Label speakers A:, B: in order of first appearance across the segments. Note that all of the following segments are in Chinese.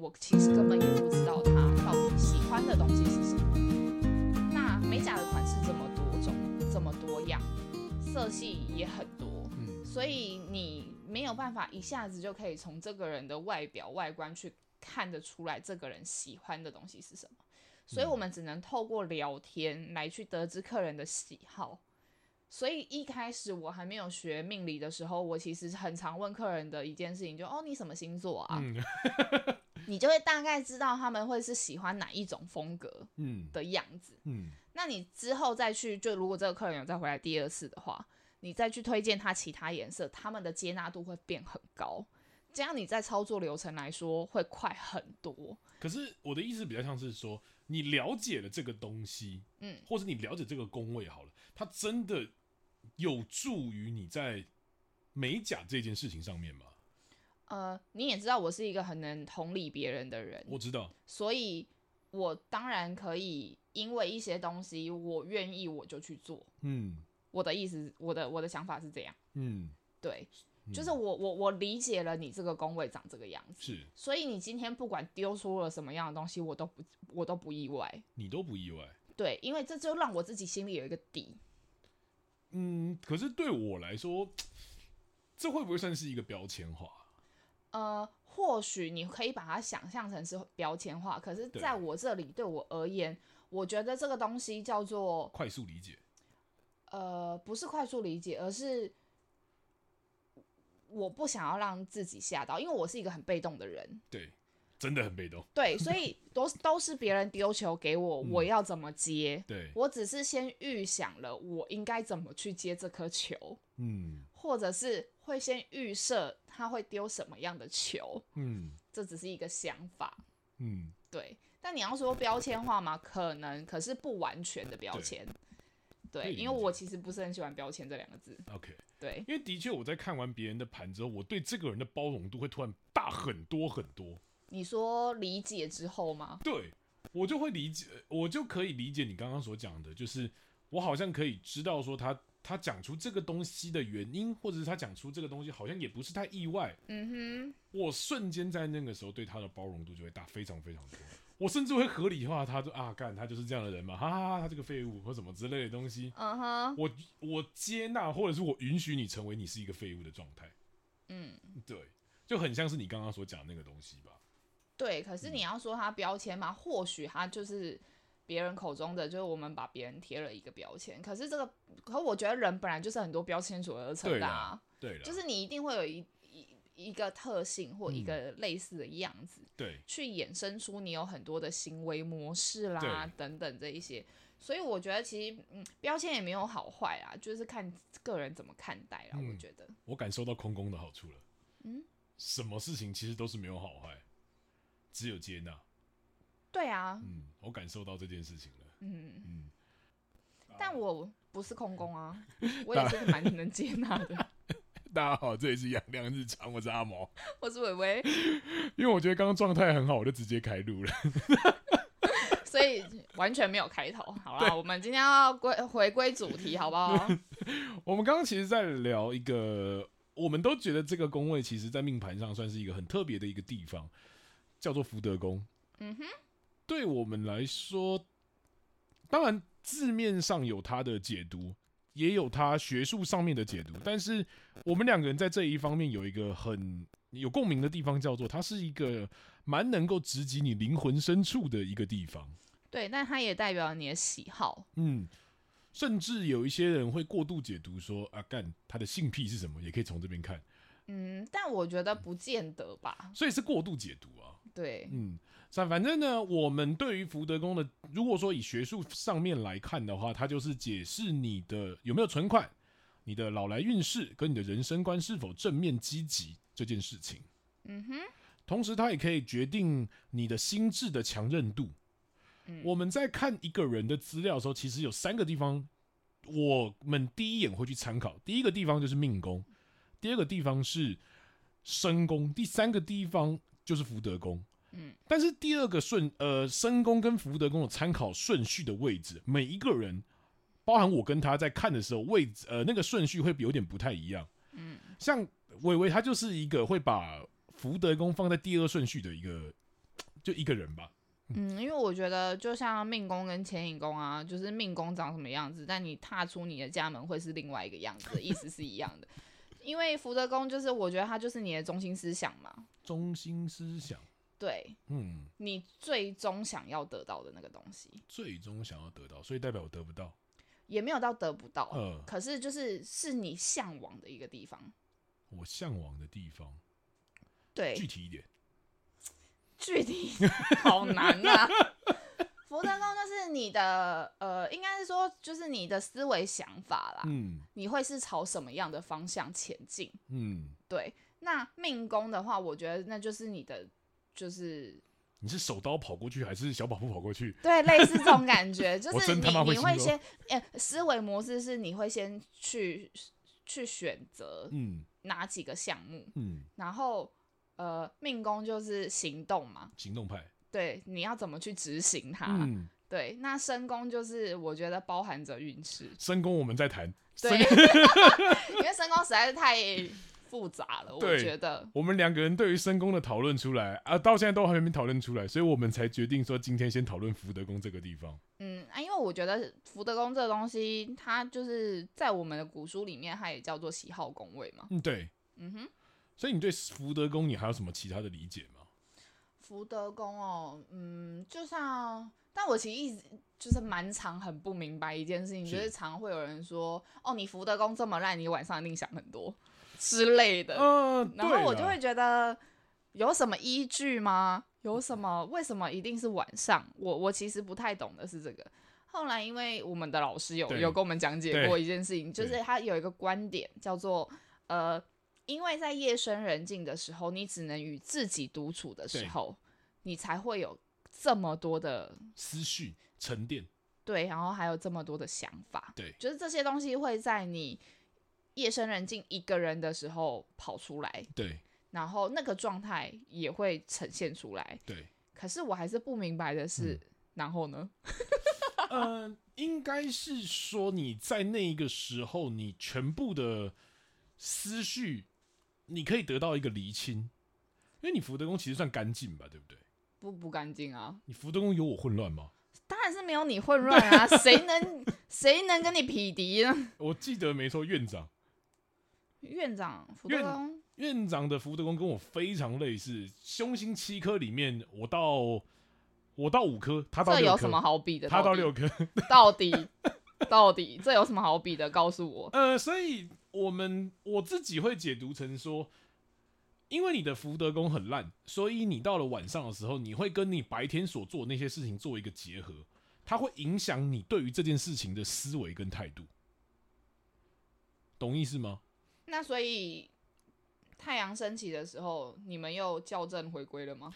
A: 我其实根本也不知道他到底喜欢的东西是什么。那美甲的款式这么多种，这么多样，色系也很多，
B: 嗯
A: 所以你没有办法一下子就可以从这个人的外表外观去看得出来这个人喜欢的东西是什么。所以我们只能透过聊天来去得知客人的喜好。所以一开始我还没有学命理的时候，我其实很常问客人的一件事情就，哦你什么星座啊？
B: 嗯
A: 你就会大概知道他们会是喜欢哪一种风格
B: 嗯
A: 的样子。
B: 嗯
A: 那你之后再去，就如果这个客人有再回来第二次的话，你再去推荐他其他颜色，他们的接纳度会变很高。这样你在操作流程来说会快很多。
B: 可是我的意思比较像是说，你了解了这个东西，
A: 嗯，
B: 或者你了解这个工位好了，它真的有助于你在美甲这件事情上面吗？
A: 呃，你也知道我是一个很能同理别人的人，
B: 我知道，
A: 所以我当然可以因为一些东西我愿意我就去做。
B: 嗯
A: 我的意思，我的我的想法是这样，
B: 嗯，
A: 对，
B: 嗯
A: 就是我我我理解了你这个工位长这个样子，
B: 是
A: 所以你今天不管丢出了什么样的东西，我都不我都不意外。
B: 你都不意外。
A: 对，因为这就让我自己心里有一个底。
B: 嗯，可是对我来说，这会不会算是一个标签化？
A: 呃，或许你可以把它想象成是标签化，可是
B: 对
A: 在我这里，对我而言，我觉得这个东西叫做
B: 快速理解，
A: 呃，不是快速理解，而是我不想要让自己吓到，因为我是一个很被动的人。
B: 对，真的很被动，
A: 对，所 以都是都是别人丢球给我，
B: 嗯
A: 我要怎么接？
B: 对，
A: 我只是先预想了我应该怎么去接这颗球，
B: 嗯
A: 或者是会先预设他会丢什么样的球，
B: 嗯
A: 这只是一个想法。
B: 嗯，
A: 对，但你要说标签化吗？可能，可是不完全的标
B: 对
A: 签。
B: 可
A: 对，
B: 以
A: 因为
B: 理解
A: 我其实不是很喜欢“标签”这两个字。
B: OK，
A: 对，
B: 因为的确我在看完别人的盘之后，我对这个人的包容度会突然大很多很多，
A: 你说理解之后吗？
B: 对我就会理解，我就可以理解你刚刚所讲的，就是我好像可以知道说他他讲出这个东西的原因，或者是他讲出这个东西好像也不是太意外，
A: 嗯
B: 我瞬间在那个时候对他的包容度就会大非常非常多，我甚至会合理化他就啊干他就是这样的人嘛，哈哈哈他这个废物或什么之类的东西
A: 哼，，嗯哼，
B: 我我接纳或者是我允许你成为你是一个废物的状态，
A: 嗯，
B: 对，就很像是你刚刚所讲的那个东西吧，
A: 对。可是
B: 嗯
A: 你要说它标签嘛，或许它就是别人口中的，就是我们把别人贴了一个标签。可是这个，可我觉得人本来就是很多标签组合而成
B: 对
A: 的、
B: 啦
A: 啊，，
B: 对啦，
A: 就是你一定会有一一一个特性或一
B: 嗯
A: 个类似的样子。
B: 对，
A: 去衍生出你有很多的行为模式啦，等等这一些。所以我觉得其实，嗯，标签也没有好坏啦，就是看个人怎么看待啦。
B: 嗯
A: 我觉得，
B: 我感受到空空的好处了。
A: 嗯，
B: 什么事情其实都是没有好坏，只有接纳。
A: 对啊，
B: 嗯，我感受到这件事情了。
A: 嗯，
B: 嗯，
A: 但我不是空工啊，我也是蛮能接纳的。
B: 大家好，这里是养亮日常，我是阿毛。
A: 我是伟伟，
B: 因为我觉得刚刚状态很好，我就直接开录了。
A: 所以完全没有开头。好啦，我们今天要归回归主题，好不好？
B: 我们刚刚其实在聊一个，我们都觉得这个宫位其实在命盘上算是一个很特别的一个地方，叫做福德宫。
A: 嗯哼，
B: 对我们来说，当然字面上有它的解读，也有它学术上面的解读，但是我们两个人在这一方面有一个很有共鸣的地方，叫做它是一个蛮能够直击你灵魂深处的一个地方。
A: 对，但它也代表你的喜好。
B: 嗯，甚至有一些人会过度解读说啊，干他的性癖是什么，也可以从这边看，
A: 嗯，但我觉得不见得吧。
B: 所以是过度解读啊。
A: 对，
B: 嗯，反反正呢，我们对于福德宫的，如果说以学术上面来看的话，它就是解释你的有没有存款、你的老来运势跟你的人生观是否正面积极这件事情。
A: 嗯哼，
B: 同时，它也可以决定你的心智的强韧度。
A: 嗯
B: 我们在看一个人的资料的时候，其实有三个地方，我们第一眼会去参考。第一个地方就是命宫，第二个地方是身宫，第三个地方就是福德宫。
A: 嗯，
B: 但是第二个顺呃身宫跟福德宫的参考顺序的位置，每一个人，包含我跟他在看的时候，位置呃那个顺序会有点不太一样。
A: 嗯，
B: 像伟伟他就是一个会把福德宫放在第二顺序的一个就一个人吧。
A: 嗯，因为我觉得就像命宫跟牵引宫啊，就是命宫长什么样子，但你踏出你的家门会是另外一个样子，意思是一样的。因为福德宫就是我觉得它就是你的中心思想嘛，
B: 中心思想，
A: 对
B: 嗯，
A: 你最终想要得到的那个东西，
B: 最终想要得到，所以代表我得不到。
A: 也没有到得不到，
B: 呃，
A: 可是就是是你向往的一个地方。
B: 我向往的地方，
A: 对，
B: 具体一点，
A: 具 体好难呐、福德宫就是你的呃，应该是说就是你的思维想法啦，
B: 嗯
A: 你会是朝什么样的方向前进？
B: 嗯，
A: 对，那命宫的话，我觉得那就是你的， 就是
B: 你是手刀跑过去还是小跑步跑过去？
A: 对，类似这种感 觉，就
B: 我
A: 是
B: 真
A: 你
B: 他妈会
A: 你会
B: 形
A: 先，呃，思维模式是你会先去去选择
B: 嗯
A: 哪几个项目，
B: 嗯，
A: 然后呃，命宫就是行动嘛，
B: 行动派，
A: 对，你要怎么去执行它？
B: 嗯，
A: 对，那身宫就是我觉得包含着运 势，
B: 深宫我们在谈，
A: 对，
B: 深
A: 因为身宫实在是太复杂了，我
B: 对
A: 觉得。
B: 我们两个人对于深宫的讨论出来啊，到现在都还没讨论出来，所以我们才决定说今天先讨论福德宫这个地方。
A: 嗯啊，因为我觉得福德宫这个东西，它就是在我们的古书里面，它也叫做喜好宫位嘛。
B: 嗯，对，
A: 嗯哼，
B: 所以你对福德宫你还有什么其他的理解吗？
A: 福德宫哦，嗯，就像，但我其实一直就是蛮常很不明白一件事情，
B: 是
A: 就是常会有人说，哦，你福德宫这么烂，你晚上一定想很多之类的，
B: 嗯、对
A: 然后我就
B: 啦
A: 会觉得有什么依据吗？有什么？为什么一定是晚上？我我其实不太懂的是这个。后来因为我们的老师有
B: 对
A: 有跟我们讲解
B: 对
A: 过一件事情，就
B: 对
A: 是他有一个观点叫做呃，因为在夜深人静的时候，你只能与自己独处的时
B: 对
A: 候，你才会有这么多的
B: 思绪沉淀，
A: 对，然后还有这么多的想法，
B: 对
A: 就是这些东西会在你夜深人静一个人的时候跑出来，
B: 对
A: 然后那个状态也会呈现出来。
B: 对，
A: 可是我还是不明白的是，
B: 嗯
A: 然后呢？
B: 嗯，应该是说你在那一个时候，你全部的思绪，你可以得到一个厘清，因为你福德宫其实算干净吧，对不对？
A: 不不干净啊！
B: 你福德宫有我混乱吗？
A: 当然是没有你 混乱啊！谁能谁能跟你匹敌呢？
B: 我记得没错，院长
A: 院长福德
B: 院
A: 宫，
B: 院长的福德宫跟我非常类似，凶星七颗里面，我到我到五颗，他到
A: 这
B: 六
A: 有什么
B: 颗，
A: 好比的？
B: 他到
A: 底
B: 六颗，
A: 到底 到底这有什么好比的？告诉我。
B: 呃，所以我们我自己会解读成说，因为你的福德宫很烂，所以你到了晚上的时候，你会跟你白天所做的那些事情做一个结合，它会影响你对于这件事情的思维跟态度，懂意思吗？
A: 那所以太阳升起的时候，你们又校正回归了吗？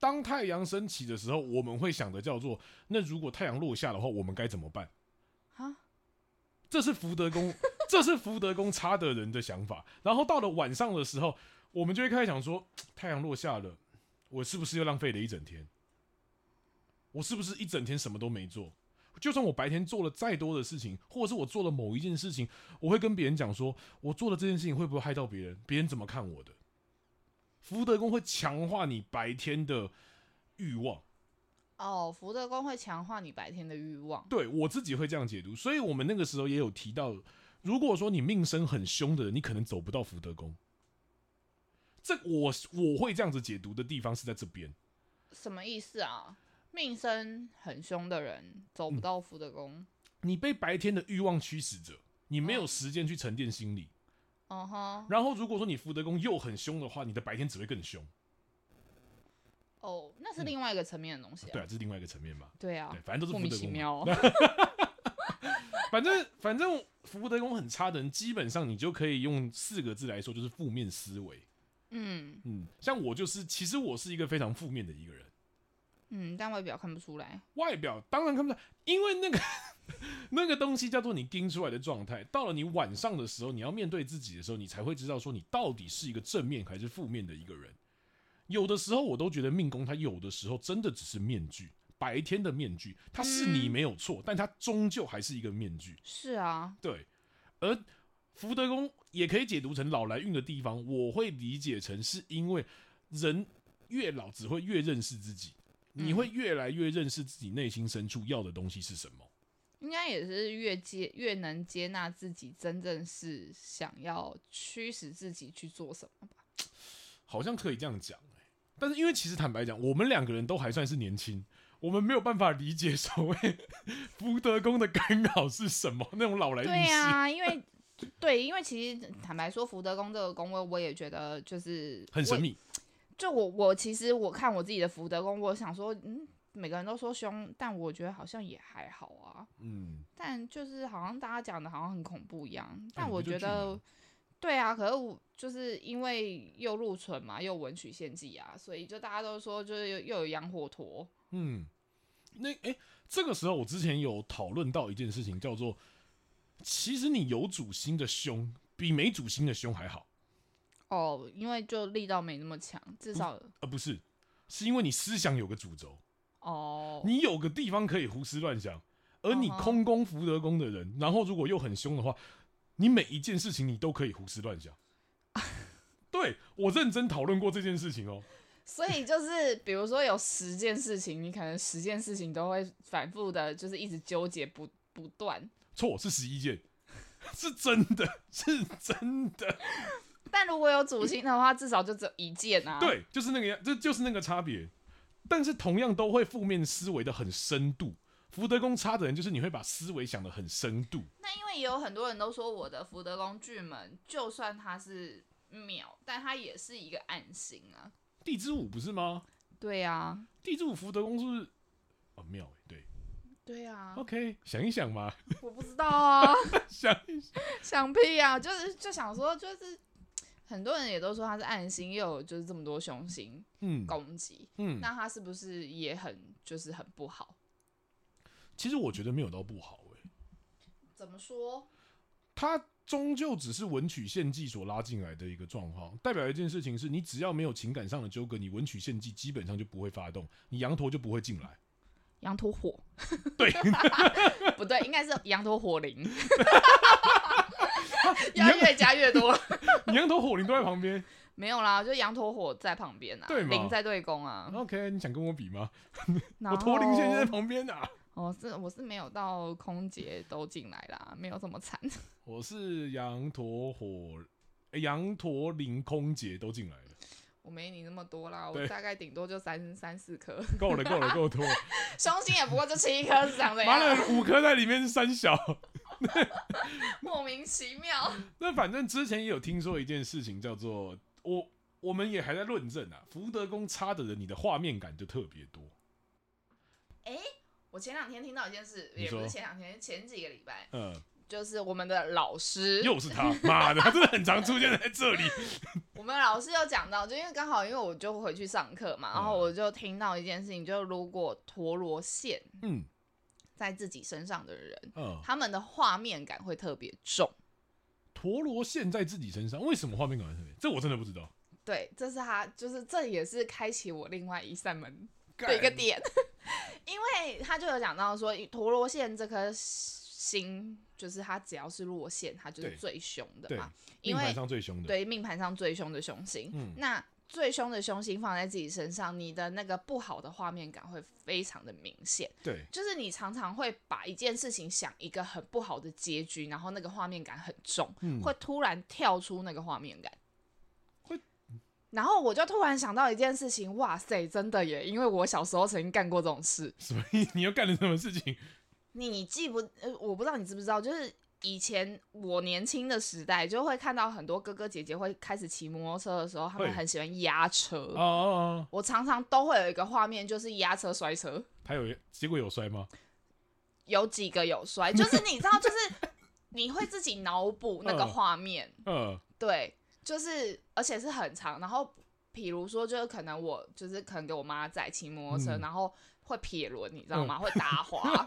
B: 当太阳升起的时候，我们会想的叫做：那如果太阳落下的话，我们该怎么办？
A: 哈，
B: 这是福德宫，这是福德宫差的人的想法。然后到了晚上的时候，我们就会开始想说，太阳落下了，我是不是又浪费了一整天？我是不是一整天什么都没做？就算我白天做了再多的事情，或者是我做了某一件事情，我会跟别人讲说，我做的这件事情会不会害到别人？别人怎么看我的？福德宫会强化你白天的欲望。
A: 哦，福德宫会强化你白天的欲望。
B: 对我自己会这样解读，所以我们那个时候也有提到，如果说你命生很凶的人，你可能走不到福德宫。这我我会这样子解读的地方是在这边，
A: 什么意思啊？命生很凶的人走不到福德宫，
B: 你被白天的欲望驱使着，你没有
A: 哦
B: 时间去沉淀心理。
A: 嗯哼，
B: 然后如果说你福德宫又很凶的话，你的白天只会更凶。
A: 哦，那是另外一个层面的东西啊。
B: 对啊，这是另外一个层面嘛。
A: 对啊
B: 对，，反正都是
A: 莫
B: 福
A: 名
B: 德
A: 其
B: 宫嘛。
A: 妙哦。
B: 反正反正福德宫很差的人，基本上你就可以用四个字来说，就是负面思维。
A: 嗯
B: 嗯，像我就是，其实我是一个非常负面的一个人。
A: 嗯，但外表看不出来。
B: 外表当然看不出来，因为那个那个东西叫做你盯出来的状态。到了你晚上的时候，你要面对自己的时候，你才会知道说你到底是一个正面还是负面的一个人。有的时候我都觉得命宫，它有的时候真的只是面具，白天的面具，它是你
A: 嗯
B: 没有错，但它终究还是一个面具。
A: 是啊，
B: 对，而福德宫也可以解读成老来运的地方，我会理解成是因为人越老只会越认识自己，你会越来越认识自己内心深处要的东西是什么。
A: 应该也是越接越能接纳自己，真正是想要驱使自己去做什么吧。
B: 好像可以这样讲、欸、但是因为其实坦白讲，我们两个人都还算是年轻，我们没有办法理解所谓福德宫的 干扰是什么那种老来
A: 对啊
B: 历史、
A: 呀、因为对，因为其实坦白说，福德宫这个宫位，我也觉得就是
B: 很神
A: 我
B: 秘。
A: 就我我其实我看我自己的福德宫，我想说，嗯，每个人都说凶，但我觉得好像也还好啊。
B: 嗯，
A: 但就是好像大家讲的好像很恐怖一样，
B: 你
A: 但
B: 不
A: 我
B: 就
A: 觉
B: 巨门
A: 得，对啊，可是我就是因为又入存嘛，又文曲献祭啊，所以就大家都说就是又又有洋火陀，
B: 嗯，那诶、这个时候我之前有讨论到一件事情，叫做其实你有主心的凶比没主心的凶还好，
A: 哦，因为就力道没那么强，至少
B: 而、呃不是是因为你思想有个主轴，
A: 哦，
B: 你有个地方可以胡思乱想，而你
A: 嗯哼
B: 空宫福德宫的人，然后如果又很凶的话，你每一件事情你都可以胡思 乱想。对我认真讨论过这件事情哦、
A: 所以就是比如说有十件事情，你可能十件事情都会反复的，就是一直纠结不不断，
B: 错是十一件， 是真的，是真的。
A: 但如果有主心的话，至少就只有一件啊。，
B: 对，就是那个样，这就是那个差别。但是同样都会负面思维的很深度。福德宫差的人就是你会把思维想的很深度，
A: 那因为也有很多人都说我的福德宫巨门，就算它是秒，但它也是一个暗星啊。
B: 地支舞不是吗？
A: 对啊，
B: 地支舞福德宫是不是哦妙欸对
A: 对啊，
B: ，OK，想一想嘛，
A: 我不知道啊，
B: 想
A: 想屁啊，就是就想说，就是很多人也都说它是暗星，又有就是这么多凶星
B: 嗯
A: 攻击，
B: 嗯，
A: 那它是不是也很就是很不好？
B: 其实我觉得没有到不好哎、
A: 怎么说？
B: 它终究只是文曲献祭所拉进来的一个状况，代表一件事情是你只要没有情感上的纠葛，你文曲献祭基本上就不会发动，你羊驼就不会进来。
A: 羊驼火，
B: 对，
A: 不对，应该是羊驼火灵，
B: 你
A: 要
B: 羊
A: 越加越多。
B: 你羊驼火灵都在旁边。
A: 没有啦，就羊驼火在旁边啊，
B: 对嘛
A: 灵在对宫啊。
B: OK，你想跟我比吗？
A: 然
B: 我驼铃现在在
A: 后
B: 旁边啊。
A: 哦，是我是没有到空姐都进来啦，没有这么惨。
B: 我是羊驼火，诶羊驼铃空姐都进来了，
A: 我没你那么多啦，我
B: 对
A: 大概顶多就三三四颗，
B: 够了，够了，够多了。
A: 胸心也不过就七颗，是长这
B: 完
A: 样，
B: 了，五颗在里面是三小。
A: 莫名其妙。
B: 那反正之前也有听说一件事情，叫做我我们也还在论证啊，福德宫差的人，你的画面感就特别多。
A: 我前两天听到一件事，
B: 你
A: 也不
B: 说
A: 是前两天，前几个礼拜，
B: 嗯，
A: 就是我们的老师，
B: 又是他，妈的，他真的很常出现在这里。
A: 我们老师有讲到，就因为刚好因为我就回去上课嘛，然后
B: 嗯
A: 我就听到一件事情，就如果陀螺线
B: 嗯
A: 在自己身上的人，
B: 嗯，
A: 他们的画面感会特别重。
B: 陀螺线在自己身上，为什么画面感会特别？这我真的不知道。
A: 对，这是他，就是这也是开启我另外一扇门的一个点， 因为他就有讲到说，陀螺线这颗星，就是它只要是落线，它就是
B: 对
A: 最凶的
B: 对
A: 嘛，
B: 命
A: 因为
B: 盘上最凶的，
A: 对命盘上最凶的凶星。
B: 嗯
A: 那最凶的凶星放在自己身上，你的那个不好的画面感会非常的明显，
B: 对
A: 就是你常常会把一件事情想一个很不好的结局，然后那个画面感很重，
B: 嗯
A: 会突然跳出那个画面感。
B: 会
A: 然后我就突然想到一件事情，哇塞，真的耶！因为我小时候曾经干过这种事。
B: 所以你又干了什么事情？
A: 你记不？呃，我不知道你知不知道，就是以前我年轻的时代，就会看到很多哥哥姐姐会开始骑摩托车的时候，他们
B: 会
A: 很喜欢压车。
B: 哦哦哦，
A: 我常常都会有一个画面，就是压车摔车，
B: 他有结果有摔吗？
A: 有几个有摔，就是你知道，就是你会自己脑补那个
B: 嗯
A: 画面，
B: 嗯
A: 对，就是而且是很长。然后比如说，就是可能我就是可能给我妈载骑摩托车，
B: 嗯
A: 然后会撇轮，你知道吗？会打 滑。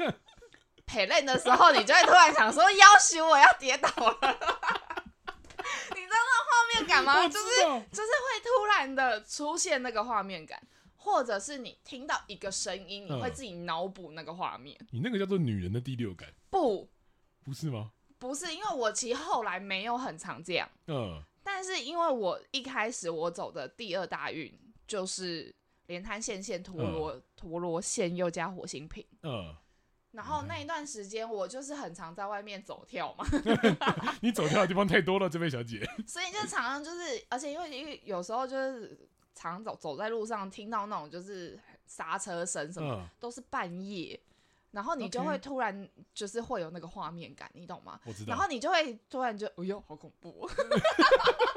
A: 陪练的时候，你就会突然想说：“要许我要跌倒了。” 你知道那画面感吗？
B: 我
A: 就
B: 知
A: 是
B: 道，
A: 就是会突然的出现那个画面感，或者是你听到一个声音，你
B: 嗯
A: 会自己脑补那个画面。
B: 你那个叫做女人的第六感，
A: 不，
B: 不是吗？
A: 不是，因为我其实后来没有很常这样，
B: 嗯
A: 但是因为我一开始我走的第二大运就是连滩线线、陀螺、
B: 嗯
A: 陀螺线又加火星瓶。
B: 呃，
A: 然后那一段时间，我就是很常在外面走跳嘛，
B: 你走跳的地方太多了，这位小姐。
A: 所以就常常就是，而且因为因为有时候就是常走走在路上，听到那种就是刹车声什么，
B: 嗯，
A: 都是半夜，然后你就
B: OK
A: 会突然就是会有那个画面感，你懂吗？
B: 我知
A: 然
B: 道
A: 后。你就会突然觉得，哎呦，好恐怖、哦！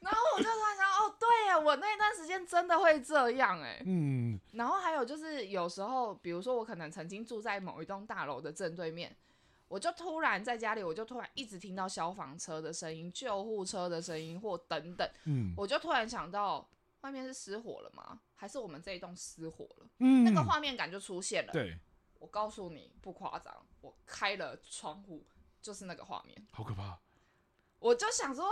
A: 然后我就突然想到，哦，对耶，我那段时间真的会这样哎。
B: 嗯，
A: 然后还有就是，有时候，比如说我可能曾经住在某一栋大楼的正对面，我就突然在家里，我就突然一直听到消防车的声音、救护车的声音或等等，
B: 嗯
A: 我就突然想到，外面是失火了吗？还是我们这一栋失火了？
B: 嗯，
A: 那个画面感就出现了。
B: 对，
A: 我告诉你不夸张，我开了窗户，就是那个画面。
B: 好可怕。
A: 我就想说，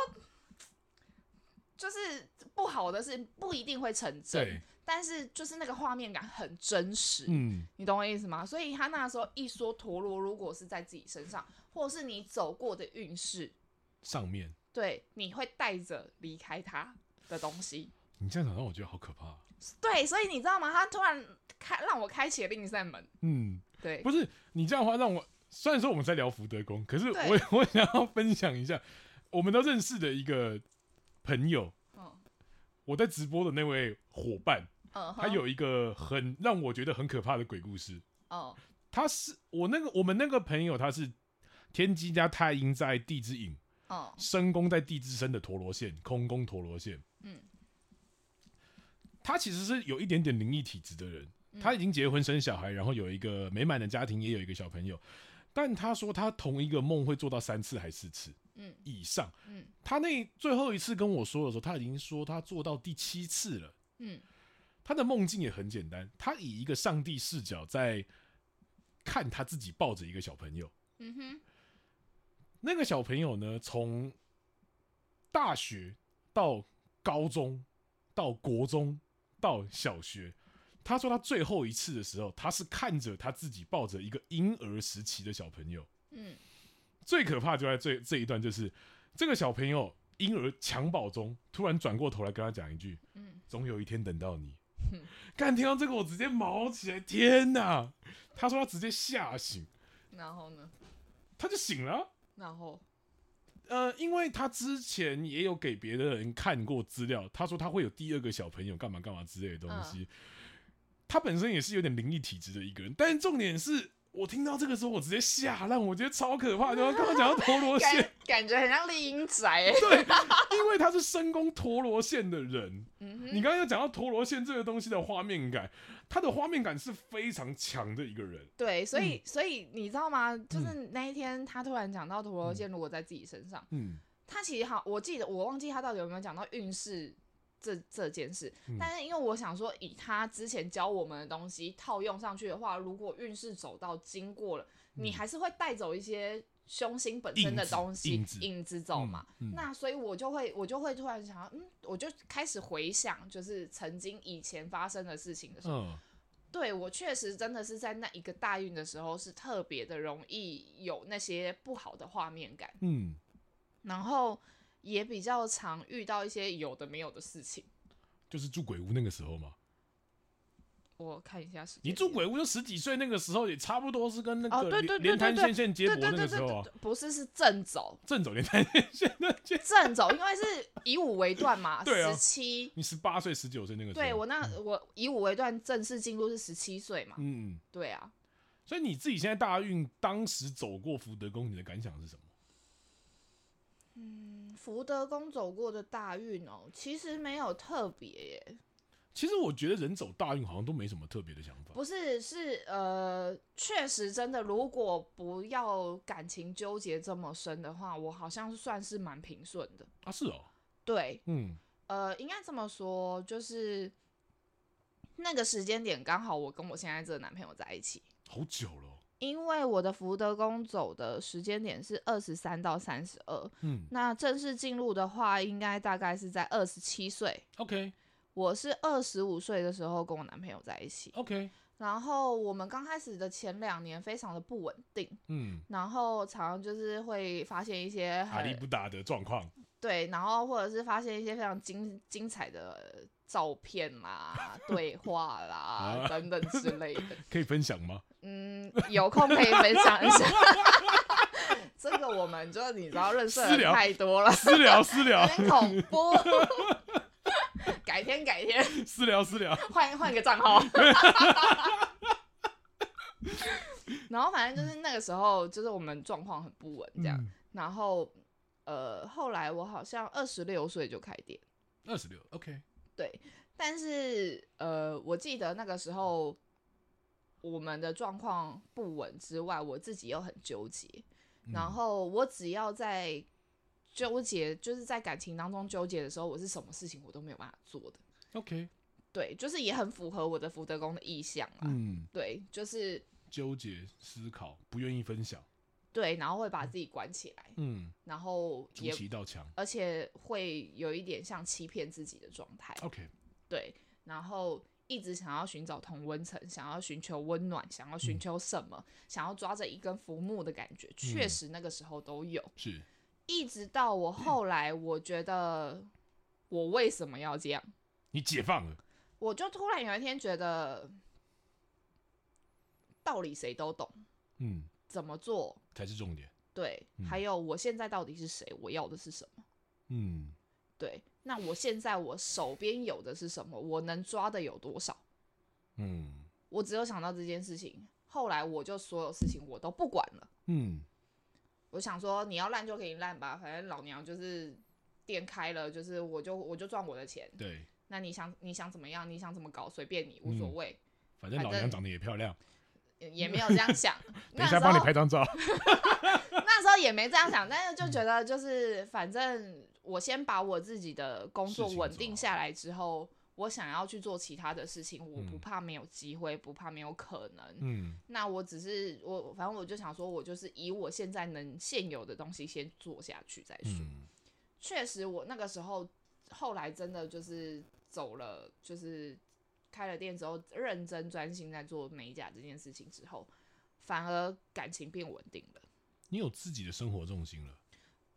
A: 就是不好的事不一定会成真
B: 对，，
A: 但是就是那个画面感很真实，
B: 嗯，
A: 你懂我意思吗？所以他那时候一说陀螺，如果是在自己身上，或是你走过的运势，
B: 上面
A: 对，你会带着离开他的东西。
B: 你这样讲让我觉得好可怕。
A: 对，所以你知道吗？他突然开让我开启了另一扇门，
B: 嗯，
A: 对，
B: 不是你这样的话让我，虽然说我们在聊福德宫，可是
A: 对
B: 我 我想要分享一下，我们都认识的一个朋友，
A: 嗯
B: 我在直播的那位伙伴，
A: 嗯哼，
B: 他有一个很让我觉得很可怕的鬼故事。
A: 嗯
B: 他是我那个我们那个朋友，他是天机加太阴在地之影，
A: 嗯
B: 申宫在地之身的陀螺线，空宫陀螺线。
A: 嗯，
B: 他其实是有一点点灵异体质的人，
A: 嗯
B: 他已经结婚生小孩，然后有一个美满的家庭，也有一个小朋友。但他说他同一个梦会做到三次还四次
A: 嗯
B: 以上。
A: 嗯
B: 他那最后一次跟我说的时候，他已经说他做到第七次了。
A: 嗯
B: 他的梦境也很简单，他以一个上帝视角在看他自己抱着一个小朋友。
A: 嗯哼，
B: 那个小朋友呢，从大学到高中，到国中，到小学，他说他最后一次的时候，他是看着他自己抱着一个婴儿时期的小朋友。
A: 嗯
B: 最可怕就在这这一段，就是这个小朋友婴儿襁褓中，突然转过头来跟他讲一句：“
A: 嗯
B: 总有一天等到你
A: 哼。
B: 干，听到这个我直接毛起来，天哪！他说他直接吓醒，
A: 然后呢？
B: 他就醒了啊、
A: 然后
B: 呃，因为他之前也有给别的人看过资料，他说他会有第二个小朋友，干嘛干嘛之类的东
A: 嗯
B: 西。他本身也是有点灵异体质的一个人，但是重点是我听到这个时候，我直接吓烂，我觉得超可怕。然后刚刚讲到陀 螺线，
A: 感感觉很像丽英宅、欸，
B: 对，因为他是深宫陀螺线的人，
A: 嗯
B: 你
A: 哼，
B: 刚刚有讲到陀螺线这个东西的画面感，他的画面感是非常强的一个人。
A: 对，所
B: 嗯
A: 以、所以你知道吗？就是那一天他突然讲到陀螺线，如果在自己身上，
B: 嗯，
A: 他其实好，我记得我忘记他到底有没有讲到运势这这件事，
B: 嗯
A: 但是因为我想说，以他之前教我们的东西套用上去的话，如果运势走到经过了，你
B: 嗯
A: 还是会带走一些凶星本身的
B: 影子
A: 东西
B: 影子
A: 走嘛。
B: 嗯？嗯
A: 那所以我就会我就会突然想到，嗯，我就开始回想，就是曾经以前发生的事情的时候，
B: 嗯
A: 对我确实真的是在那一个大运的时候是特别的容易有那些不好的画面感，
B: 嗯，
A: 然后也比较常遇到一些有的没有的事情。
B: 就是住鬼屋那个时候嘛。
A: 我看一下时间，
B: 你住鬼屋就十几岁那个时候，也差不多是跟那
A: 哦
B: 个
A: 对对对
B: 连连滩
A: 对对
B: 线线接
A: 对
B: 驳
A: 对
B: 那
A: 对
B: 个时
A: 对
B: 候
A: 对
B: 啊，
A: 对，不是是正走
B: 正走连滩线线的接。
A: 正走，因为是以五为段嘛，
B: 对啊嗯
A: 十七。
B: 你十八岁、十九岁那个时候，
A: 对我那我以五为段正式进入是十七岁嘛，
B: 嗯，
A: 对啊，
B: 所以你自己现在大运当时走过福德宫，你的感想是什么？
A: 嗯福德宫走过的大运哦，其实没有特别耶，
B: 其实我觉得人走大运好像都没什么特别的想法，
A: 不是是呃，确实真的，如果不要感情纠结这么深的话，我好像算是蛮平顺的。
B: 啊是哦，
A: 对，
B: 嗯
A: 呃，应该这么说，就是那个时间点刚好我跟我现在这个男朋友在一起，
B: 好久了哦，
A: 因为我的福德宫走的时间点是二十三到三十二，
B: 嗯
A: 那正式进入的话，应该大概是在二十七岁。
B: ，OK
A: 我是二十五岁的时候跟我男朋友在一起，
B: OK，
A: 然后我们刚开始的前两年非常的不稳定，
B: 嗯，
A: 然后常常就是会发现一些
B: 阿力
A: 很
B: 不达的状况，
A: 对，然后或者是发现一些非常精精彩的照片 啦、对话啦
B: 啊
A: 等等之类的。
B: 可以分享吗？
A: 嗯，有空可以分享一下。 这个我们就你知道认识的
B: 私聊
A: 人太多了，
B: 私聊，私聊
A: 有，点恐怖。 改天改天，
B: 私聊，私聊。
A: 换换一个账号。 然后反正就是那个时候，就是我们状况很不稳 这样。
B: 嗯，
A: 然后呃，后来我好像二十六岁就开店，
B: 二十六，OK，
A: 对。但是呃，我记得那个时候我们的状况不稳之外，我自己又很纠结。
B: 嗯
A: 然后我只要在纠结，就是在感情当中纠结的时候，我是什么事情我都没有办法做的。
B: OK，
A: 对，就是也很符合我的福德宫的意向啊啦。
B: 嗯，
A: 对，就是
B: 纠结、思考，不愿意分享，
A: 对，然后会把自己关起来，
B: 嗯，
A: 然后
B: 筑
A: 也
B: 起一道墙
A: 而且会有一点像欺骗自己的状态。
B: ，OK，
A: 对，然后一直想要寻找同温层，想要寻求温暖，想要寻求什么，想要抓着一根浮木的感觉，确
B: 嗯
A: 实那个时候都有。
B: 是，
A: 一直到我后来，我觉得我为什么要这样，
B: 你解放了，
A: 我就突然有一天觉得，道理谁都懂，
B: 嗯，
A: 怎么做
B: 才是重点，
A: 对，还有我现在到底是谁，我要的是什么，
B: 嗯，
A: 对，那我现在我手边有的是什么，我能抓的有多少，
B: 嗯，
A: 我只有想到这件事情，后来我就所有事情我都不管了。
B: 嗯，
A: 我想说，你要烂就给你烂吧，反正老娘就是店开了，就是我就我就赚我的钱，
B: 对，
A: 那你想你想怎么样，你想怎么搞，随便你，无所
B: 嗯
A: 谓，
B: 反正老
A: 反
B: 娘
A: 正
B: 长得也漂亮，
A: 也也没有这样想。
B: 等
A: 那
B: 一
A: 时
B: 下帮你
A: 候
B: 拍张照，
A: 那时候也没这样想，
B: 嗯
A: 但是就觉得就是反正我先把我自己的工作
B: 事情
A: 稳
B: 做
A: 定
B: 好
A: 下来之后，我想要去做其他的事情，我不
B: 嗯
A: 怕没有机会，不怕没有可能。
B: 嗯
A: 那我只是我反正我就想说，我就是以我现在能现有的东西先做下去再说。
B: 嗯，
A: 确实，我那个时候后来真的就是走了，就是开了店之后，认真专心在做美甲这件事情之后，反而感情变稳定了。
B: 你有自己的生活重心了，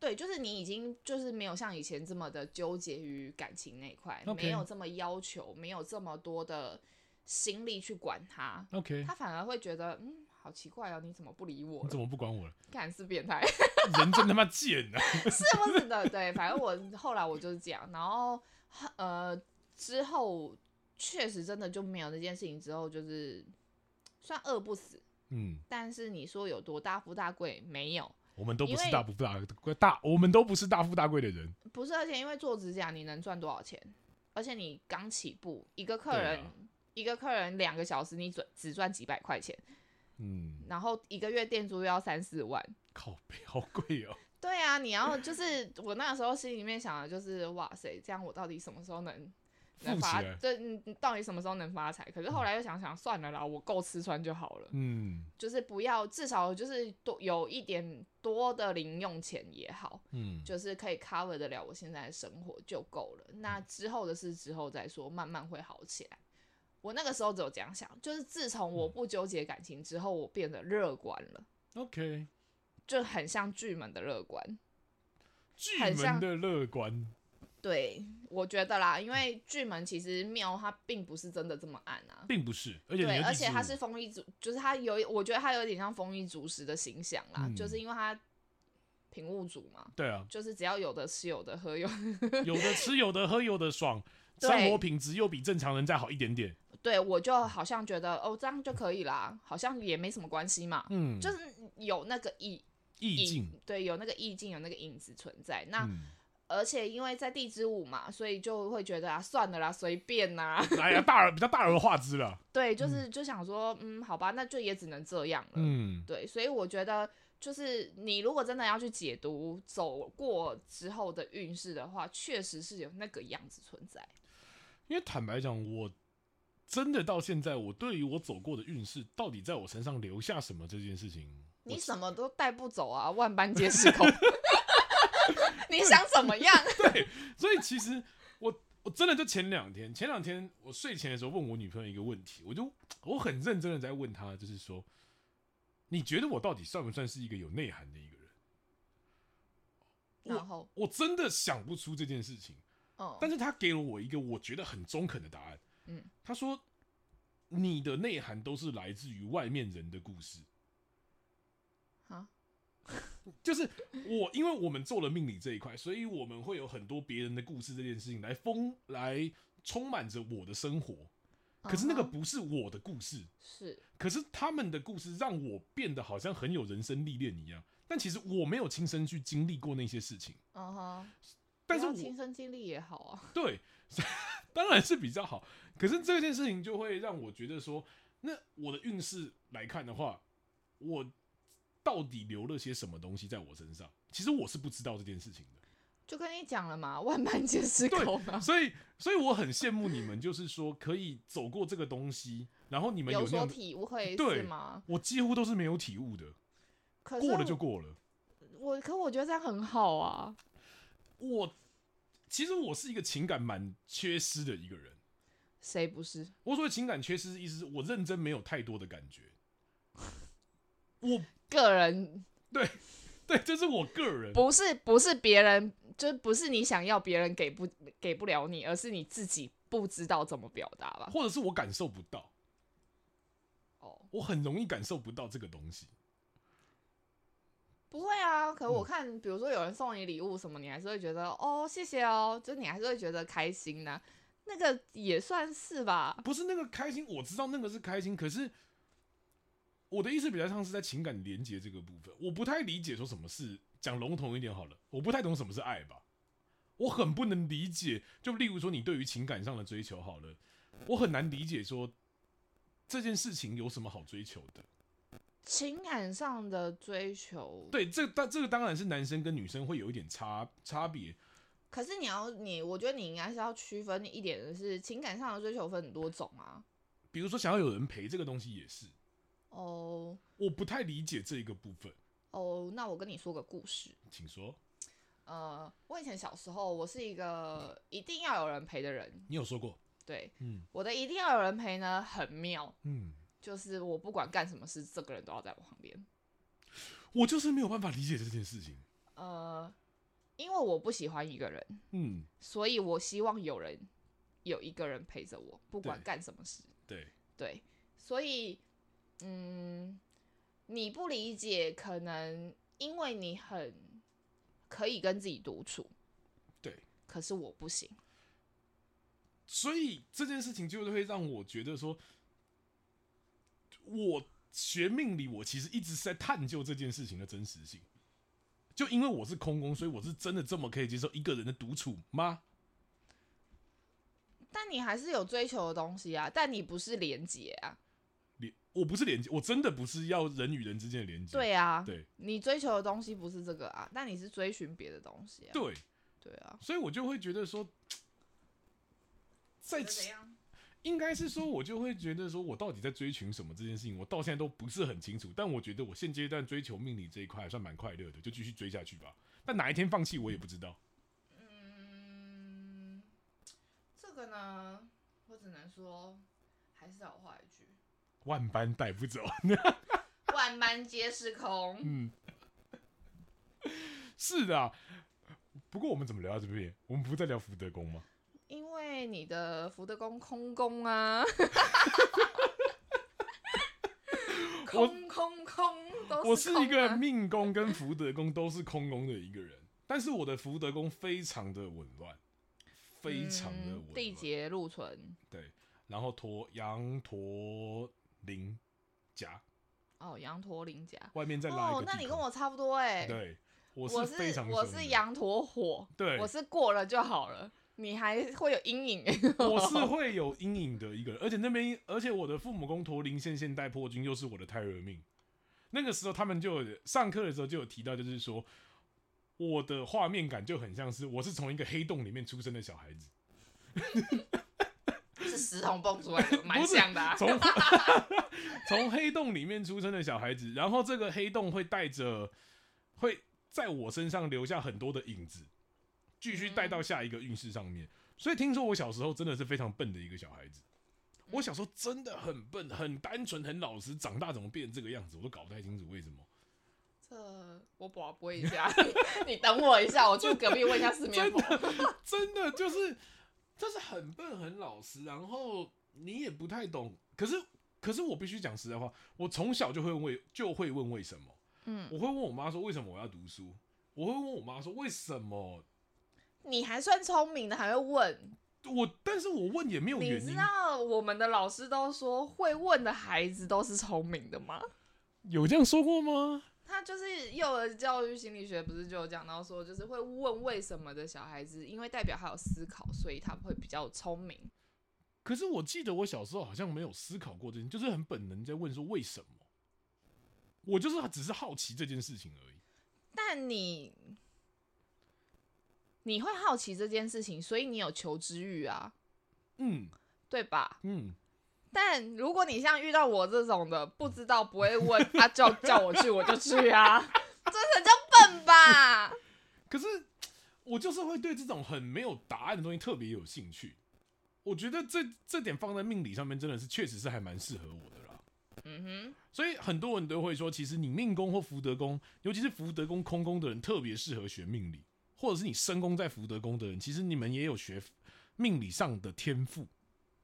A: 对，就是你已经就是没有像以前这么的纠结于感情那一块
B: OK
A: 没有这么要求，没有这么多的心力去管他，
B: ，OK，
A: 他反而会觉得嗯，好奇怪哦，你怎么不理我
B: 你怎
A: 了？
B: 么不管我了？
A: 看是变态，
B: 人真他妈贱啊！
A: 是不是的？对，反正我后来我就是这样，然后呃之后确实真的就没有这件事情，之后就是算饿不死，
B: 嗯，
A: 但是你说有多大富大贵没有？
B: 我们都不
A: 因
B: 是
A: 为
B: 大富大贵大，我们都不是大富大贵的人，
A: 不是，而且因为做指甲你能赚多少钱？而且你刚起步，一个客
B: 对啊
A: 人、一个客人两个小时你赚只赚几百块钱，
B: 嗯，
A: 然后一个月店租又要三四万。
B: 靠背好贵 哦、
A: 对啊，你要就是 我那时候心里面想的就是，哇塞，这样我到底什么时候能能
B: 富起
A: 发
B: 来？
A: 这嗯到底什么时候能发财？可是后来又想想，算了啦，我够吃穿就好了，
B: 嗯
A: 就是不要至少就是多有一点多的零用钱也好。
B: 嗯，
A: 就是可以 cover 得了我现在的生活就够了。那
B: 嗯
A: 之后的事之后再说，慢慢会好起来。我那个时候只有这样想，就是自从
B: 嗯
A: 我不纠结感情之后，我变得乐观了，
B: OK，
A: 就很像巨门的乐观。
B: 巨
A: 很
B: 门
A: 像
B: 的乐观，
A: 对，我觉得啦，因为巨门其实庙它并不是真的这么暗啊。
B: 并不是，而且你
A: 对，
B: 又
A: 而
B: 记
A: 且
B: 住
A: 它是丰衣足，就是它有一，我觉得它有点像丰衣足食的形象啦，
B: 嗯
A: 就是因为它平物主嘛，
B: 对啊，
A: 就是只要有的吃，有的喝，有
B: 有的吃，有的喝，有的爽，
A: 对
B: 生活品质又比正常人再好一点点。
A: 对我就好像觉得哦，这样就可以啦，好像也没什么关系嘛，
B: 嗯，
A: 就是有那个意
B: 意
A: 影
B: 境。
A: 对，有那个意境，有那个影子存在。那、
B: 嗯，
A: 而且因为在地之舞嘛，所以就会觉得啊，算了啦，随便啦，
B: 哎呀，大而 比较大而化之了。
A: 对，就是、就想说，嗯，好吧，那就也只能这样了。
B: 嗯，
A: 对，所以我觉得就是你如果真的要去解读走过之后的运势的话，确实是有那个样子存在。
B: 因为坦白讲，我真的到现在，我对于我走过的运势到底在我身上留下什么这件事情，
A: 你
B: 我
A: 什么都带不走啊，万般皆是空。 你想怎么样？
B: 所以其实我我真的就前两天，前两天我睡前的时候问我女朋友一个问题，我就我很认真的在问她，就是说，你觉得我到底算不算是一个有内涵的一个人？
A: 然后
B: 我真的想不出这件事情。
A: 哦，
B: 但是他给了我一个我觉得很中肯的答案。
A: 嗯，
B: 他说你的内涵都是来自于外面人的故事，
A: 好，
B: 就是我因为我们做了命理这一块，所以我们会有很多别人的故事这件事情来丰来充满着我的生活。可是那个
A: 嗯哼
B: 不是我的故事，
A: 是
B: 可是他们的故事让我变得好像很有人生历练一样，但其实我没有亲身去经历过那些事情。
A: 嗯哼，
B: 但是
A: 不
B: 我
A: 要亲身经历也好啊，
B: 对， 当然是比较好。可是这件事情就会让我觉得说，那我的运势来看的话，我到底留了些什么东西在我身上？其实我是不知道这件事情的，
A: 就跟你讲了嘛，万般皆是
B: 对
A: 空 啊，
B: 所以，所以我很羡慕你们，就是说可以走过这个东西，然后你们
A: 有
B: 那
A: 所
B: 样的，
A: 体会
B: 对
A: 是吗？
B: 我几乎都是没有体悟的，
A: 可是
B: 过了就过了。
A: 我，可我觉得这样很好啊，
B: 我其实我是一个情感蛮缺失的一个人，
A: 谁不是？
B: 我所谓情感缺失，意思是我认真没有太多的感觉。我
A: 个人
B: 对，这是我个人。
A: 不是不是别人，就不是你想要别人给不给不了你，而是你自己不知道怎么表达吧。
B: 或者是我感受不到，
A: 哦，
B: 我很容易感受不到这个东西。
A: 不会啊，可我
B: 嗯
A: 看，比如说有人送你礼物什么，你还是会觉得哦谢谢哦，就你还是会觉得开心的、那个也算是吧。
B: 不是那个开心，我知道那个是开心，可是我的意思比较像是在情感连接这个部分，我不太理解说什么是讲笼统一点好了，我不太懂什么是爱吧，我很不能理解。就例如说你对于情感上的追求好了，我很难理解说这件事情有什么好追求的。
A: 情感上的追求，
B: 对，这当这个当然是男生跟女生会有一点差差别，
A: 可是你要你，我觉得你应该是要区分一点的是，情感上的追求分很多种啊。
B: 比如说想要有人陪这个东西也是，
A: 哦
B: 我不太理解这一个部分，
A: 哦，那我跟你说个故事。
B: 请说。
A: 呃，我以前小时候，我是一个一定要有人陪的人。
B: 你有说过，
A: 对，
B: 嗯
A: 我的一定要有人陪呢，很妙，
B: 嗯，
A: 就是我不管干什么事，这个人都要在我旁边。
B: 我就是没有办法理解这件事情。
A: 呃，因为我不喜欢一个人，
B: 嗯，
A: 所以我希望有人有一个人陪着我，不管
B: 对
A: 干什么事。
B: 对，
A: 对，所以，嗯，你不理解，可能因为你很可以跟自己独处，
B: 对，
A: 可是我不行。
B: 所以这件事情就会让我觉得说，我学命理，我其实一直是在探究这件事情的真实性。就因为我是空宫，所以我是真的这么可以接受一个人的独处吗？
A: 但你还是有追求的东西啊，但你不是连结啊，
B: 连我不是连接，我真的不是要人与人之间的连接。
A: 对啊，
B: 对
A: 你追求的东西不是这个啊，但你是追寻别的东西啊，
B: 对，
A: 对啊，
B: 所以我就会觉得说，在
A: 样？
B: 应该是说，我就会觉得说，我到底在追寻什么这件事情，我到现在都不是很清楚。但我觉得我现阶段追求命理这一块还算蛮快乐的，就继续追下去吧。但哪一天放弃我也不知道。
A: 嗯，这个呢，我只能说，还是老话一句，
B: 万般带不走，
A: 万般皆是空。
B: 嗯， 是的啊、不过我们怎么聊到这边？我们不是在聊福德宫吗？
A: 因为你的福德宫空宫 啊，空空空都
B: 我
A: 是
B: 是
A: 空啊
B: 一个命宫跟福德宫都是空宫的一个人，但是我的福德宫非常的紊乱，非常的
A: 嗯
B: 紊
A: 地
B: 乱。
A: 劫禄存
B: 对，然后驼羊驼铃夹，
A: 哦，羊驼鳞甲
B: 外面再拉一个
A: 哦，
B: 地
A: 那
B: 孔。
A: 你跟我差不多哎、
B: 对，我
A: 我
B: 非常
A: 我
B: 凶
A: 是
B: 的，
A: 羊驼火，
B: 对，
A: 我
B: 我
A: 是过了就好了，你还会有阴影、欸
B: 是会有阴影的一个人，而且那边而且我的父母宫驼铃县现代破军又是我的胎儿命，那个时候他们就有上课的时候就有提到，就是说我的画面感就很像是我是从一个黑洞里面出生的小孩子。
A: 是石头蹦出 来的，蛮
B: 不是
A: 像的、啊。
B: 从从黑洞里面出生的小孩子，然后这个黑洞会带着，会在我身上留下很多的影子，继续带到下一个运势上面。所以听说我小时候真的是非常笨的一个小孩子，我小时候真的很笨，很单纯，很老实，长大怎么变成这个样子，我都搞不太清楚为什么。
A: 这我不不会一下， 你等我一下，我去隔壁问一下四面佛。
B: 真的就是，就是很笨很老实，然后你也不太懂。可是，可是我必须讲实在话，我从小就会问为，就会问为什么。
A: 嗯，
B: 我会问我妈说为什么我要读书，我会问我妈说为什么
A: 你还算聪明的，还会问。
B: 我，但是我问也没有
A: 你
B: 原
A: 知
B: 因。
A: 道我们的老师都说会问的孩子都是聪明的吗？
B: 有这样说过吗？
A: 他就是幼儿教育心理学，不是就有讲到说，就是会问为什么的小孩子，因为代表他有思考，所以他会比较聪明。
B: 可是我记得我小时候好像没有思考过这件，就是很本能在问说为什么。我就是只是好奇这件事情而已。
A: 但你你会好奇这件事情，所以你有求知欲啊，
B: 嗯
A: 对吧？
B: 嗯，
A: 但如果你像遇到我这种的，不知道不会问，他、叫叫我去我就去 啊，这才叫笨吧？
B: 可是我就是会对这种很没有答案的东西特别有兴趣。我觉得这这点放在命理上面真的是确实是还蛮适合我的啦。
A: 嗯哼，
B: 所以很多人都会说，其实你命宫或福德宫，尤其是福德宫空宫的人，特别适合学命理，或者是你身宫在福德宫的人，其实你们也有学命理上的天赋。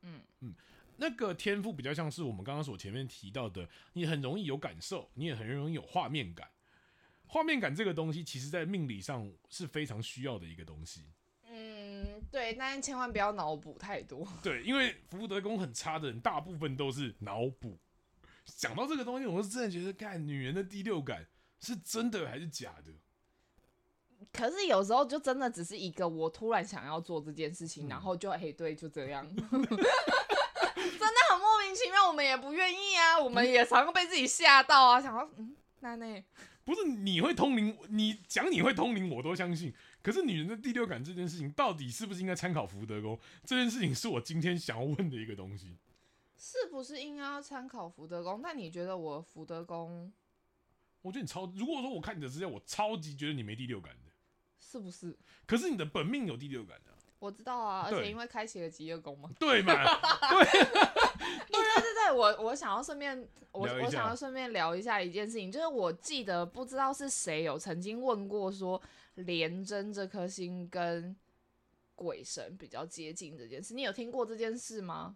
A: 嗯
B: 嗯，那个天赋比较像是我们刚刚所前面提到的，你很容易有感受，你也很容易有画面感。画面感这个东西，其实在命理上是非常需要的一个东西。
A: 嗯，对，但是千万不要脑补太多。
B: 对，因为福德宫很差的人，大部分都是脑补。讲到这个东西，我是真的觉得，看女人的第六感是真的还是假的？
A: 可是有时候就真的只是一个我突然想要做这件事情，然后就哎、对，就这样， 真的很莫名其妙。我们也不愿意啊，我们也常被自己吓到啊，想要嗯，那那
B: 不是你会通灵，你讲你会通灵，我都相信。可是女人的第六感这件事情，到底是不是应该参考福德宫？这件事情是我今天想要问的一个东西。
A: 是不是应该要参考福德宫？但你觉得我福德宫
B: 我觉得你超，如果说我看你的资料，我超级觉得你没第六感的。
A: 是不是？
B: 可是你的本命有第六感的、
A: 我知道啊，而
B: 对
A: 且因为开启了极乐宫嘛。
B: 对嘛？
A: 欸对对对，我我想要顺便，我
B: 聊一
A: 我
B: 下
A: 想要顺便聊一下一件事情，就是我记得不知道是谁有曾经问过说廉贞这颗星跟鬼神比较接近这件事，你有听过这件事吗？